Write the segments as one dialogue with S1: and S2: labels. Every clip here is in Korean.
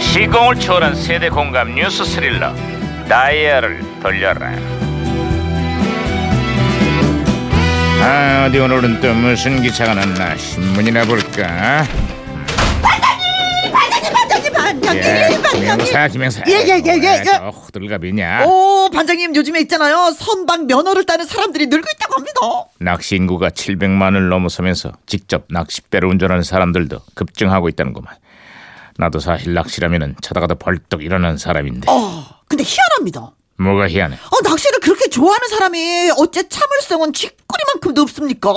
S1: 시공을 초월한 세대 공감 뉴스 스릴러 다이아를 돌려라 아 어디 오늘은 또 무슨 기사가 났나 신문이나 볼까
S2: 반장님 반장님 반장님
S1: 예, 김영사 아. 김영사
S2: 예, 예, 예, 예, 어? 예.
S1: 저 호들갑이냐
S2: 오 반장님 요즘에 있잖아요 선박 면허를 따는 사람들이 늘고 있다고 합니다
S1: 낚시 인구가 700만을 넘어서면서 직접 낚싯배를 운전하는 사람들도 급증하고 있다는구만 나도 사실 낚시라면은 자다가도 벌떡 일어나는 사람인데
S2: 어 근데 희한합니다
S1: 뭐가 희한해
S2: 어 낚시를 그렇게 좋아하는 사람이 어째 참을성은 쥐꼬리만큼도 없습니까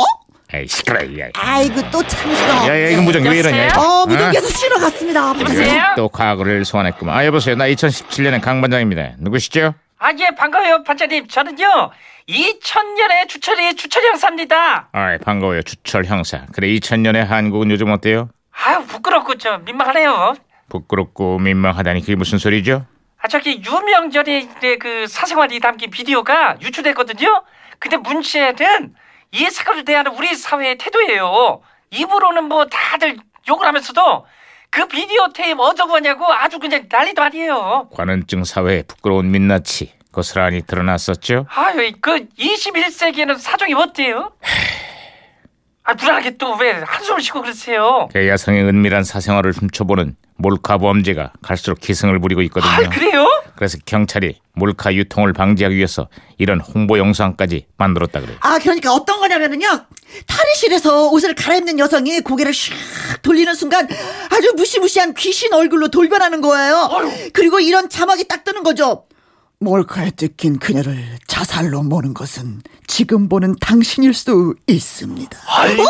S1: 에이 시끄러 야
S2: 아이고 또 참을성
S1: 야야 예, 이건 아. 예, 무전기 왜 이러냐 이거.
S2: 어 무전기에서 신호 갔습니다 반장님
S3: 여보세요?
S1: 또 과거를 소환했구만. 아 여보세요. 나 2017년의 강 반장입니다. 누구시죠?
S3: 아, 예, 반가워요, 반장님. 저는요, 2000년에 주철이 주철 형사입니다.
S1: 아이 반가워요. 주철 형사. 그래 2000년의 한국은 요즘 어때요?
S3: 아유, 부끄럽고 좀 민망하네요.
S1: 부끄럽고 민망하다니 그게 무슨 소리죠?
S3: 아, 저기, 유명절의 그그 사생활이 담긴 비디오가 유출됐거든요? 근데 문제는 이 사건을 대하는 우리 사회의 태도예요. 입으로는 뭐 다들 욕을 하면서도 그 비디오 테이프 얻어보냐고 아주 그냥 난리도 아니에요.
S1: 관원증 사회의 부끄러운 민낯이 고스란히 드러났었죠.
S3: 아유, 그 21세기에는 사정이 어때요? 아, 불안하게 또 왜 한숨을 쉬고 그러세요?
S1: 그 여성의 은밀한 사생활을 훔쳐보는 몰카 범죄가 갈수록 기승을 부리고 있거든요.
S3: 아, 그래요?
S1: 그래서 경찰이 몰카 유통을 방지하기 위해서 이런 홍보 영상까지 만들었다 그래요.
S2: 아 그러니까 어떤 거냐면은요 탈의실에서 옷을 갈아입는 여성이 고개를 샥 돌리는 순간 아주 무시무시한 귀신 얼굴로 돌변하는 거예요 그리고 이런 자막이 딱 뜨는 거죠 몰카에 뜯긴 그녀를 자살로 모는 것은 지금 보는 당신일 수 있습니다
S3: 아이고,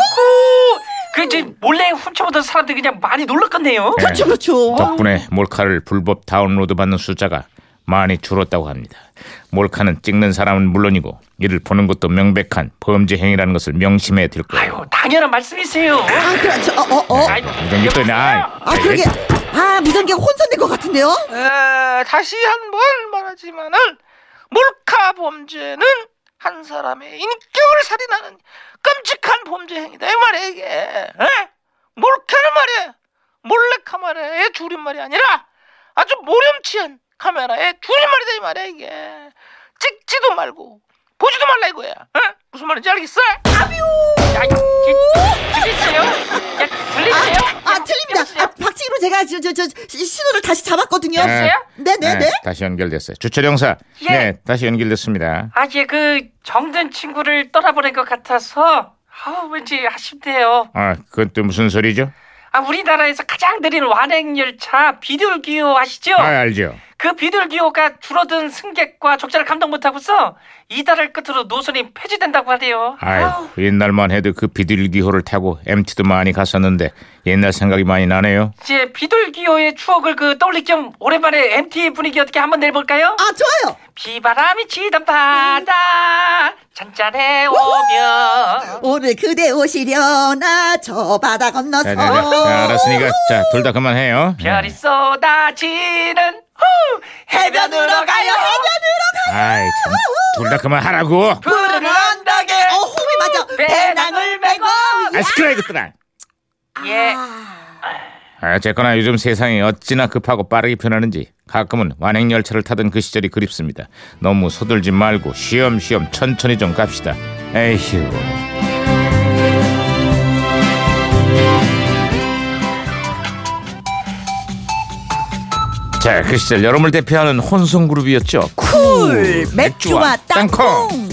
S3: 그 이제 몰래 훔쳐보던 사람들이 그냥 많이 놀랐겠네요.
S2: 그렇죠 그렇죠
S1: 덕분에 몰카를 불법 다운로드 받는 숫자가 많이 줄었다고 합니다. 몰카는 찍는 사람은 물론이고 이를 보는 것도 명백한 범죄 행위라는 것을 명심해야 될 거예요.
S3: 아유, 당연한 말씀이세요.
S2: 아 그렇죠 어어어
S3: 아이고,
S1: 이런 예. 게 또 나.
S2: 아 그러게 아 무전기가 혼선된 것 같은데요
S4: 에, 다시 한 번 말하지만은 몰카 범죄는 한 사람의 인격을 살인하는 끔찍한 범죄 행위다 이 말이야 이게 에? 몰카는 말이야 몰래 카메라의 줄임말이 아니라 아주 모렴치한 카메라의 줄임말이다 이 말이야 이게 찍지도 말고 보지도 말라 이거야 에? 무슨 말인지 알겠어?
S3: 야, 이거 지- 들리세요? 야, 들리세요?
S2: 아 틀립니다 아 박치기로 제가 저 저 저 신호를 다시 잡았거든요
S1: 네.
S2: 네네네
S1: 다시 연결됐어요. 주철 형사.
S3: 예.
S1: 네, 다시 연결됐습니다.
S3: 아, 예, 그 정든 친구를 떠나보낸 것 같아서 아우, 왠지 아쉽대요.
S1: 아, 그건 또 무슨 소리죠?
S3: 아, 우리나라에서 가장 느린 완행열차 비둘기호 아시죠?
S2: 어.
S1: 아, 알죠.
S3: 그 비둘기호가 줄어든 승객과 적자를 감당 못하고서 이달을 끝으로 노선이 폐지된다고 하네요.
S1: 아, 옛날만 해도 그 비둘기호를 타고 MT도 많이 갔었는데 옛날 생각이 많이 나네요.
S3: 이제 비둘기호의 추억을 그 떠올릴 겸 오랜만에 MT 분위기 어떻게 한번 내볼까요?
S2: 아 좋아요
S3: 비바람이 치던 바다 잔잔해 오면
S2: 오늘 그대 오시려나 저 바다
S1: 자,
S2: 건너서
S1: 자, 네, 자, 자, 알았으니까 자, 둘 다 그만해요. 네.
S3: 별이 쏟아지는 후 해변으로 가요
S1: 네. 아이 참 둘 다 그만하라고
S3: 푸른 언덕에
S2: 어 호흡이 맞아 배낭을 메고 네.
S1: 아 시끄러 이것들아
S3: 예
S1: 아, 어쨌거나 요즘 세상이 어찌나 급하고 빠르게 변하는지 가끔은 완행열차를 타던 그 시절이 그립습니다 너무 서둘지 말고 쉬엄쉬엄 천천히 좀 갑시다 에휴 자 그 시절 여름을 대표하는 혼성그룹이었죠
S2: 쿨 맥주와 땅콩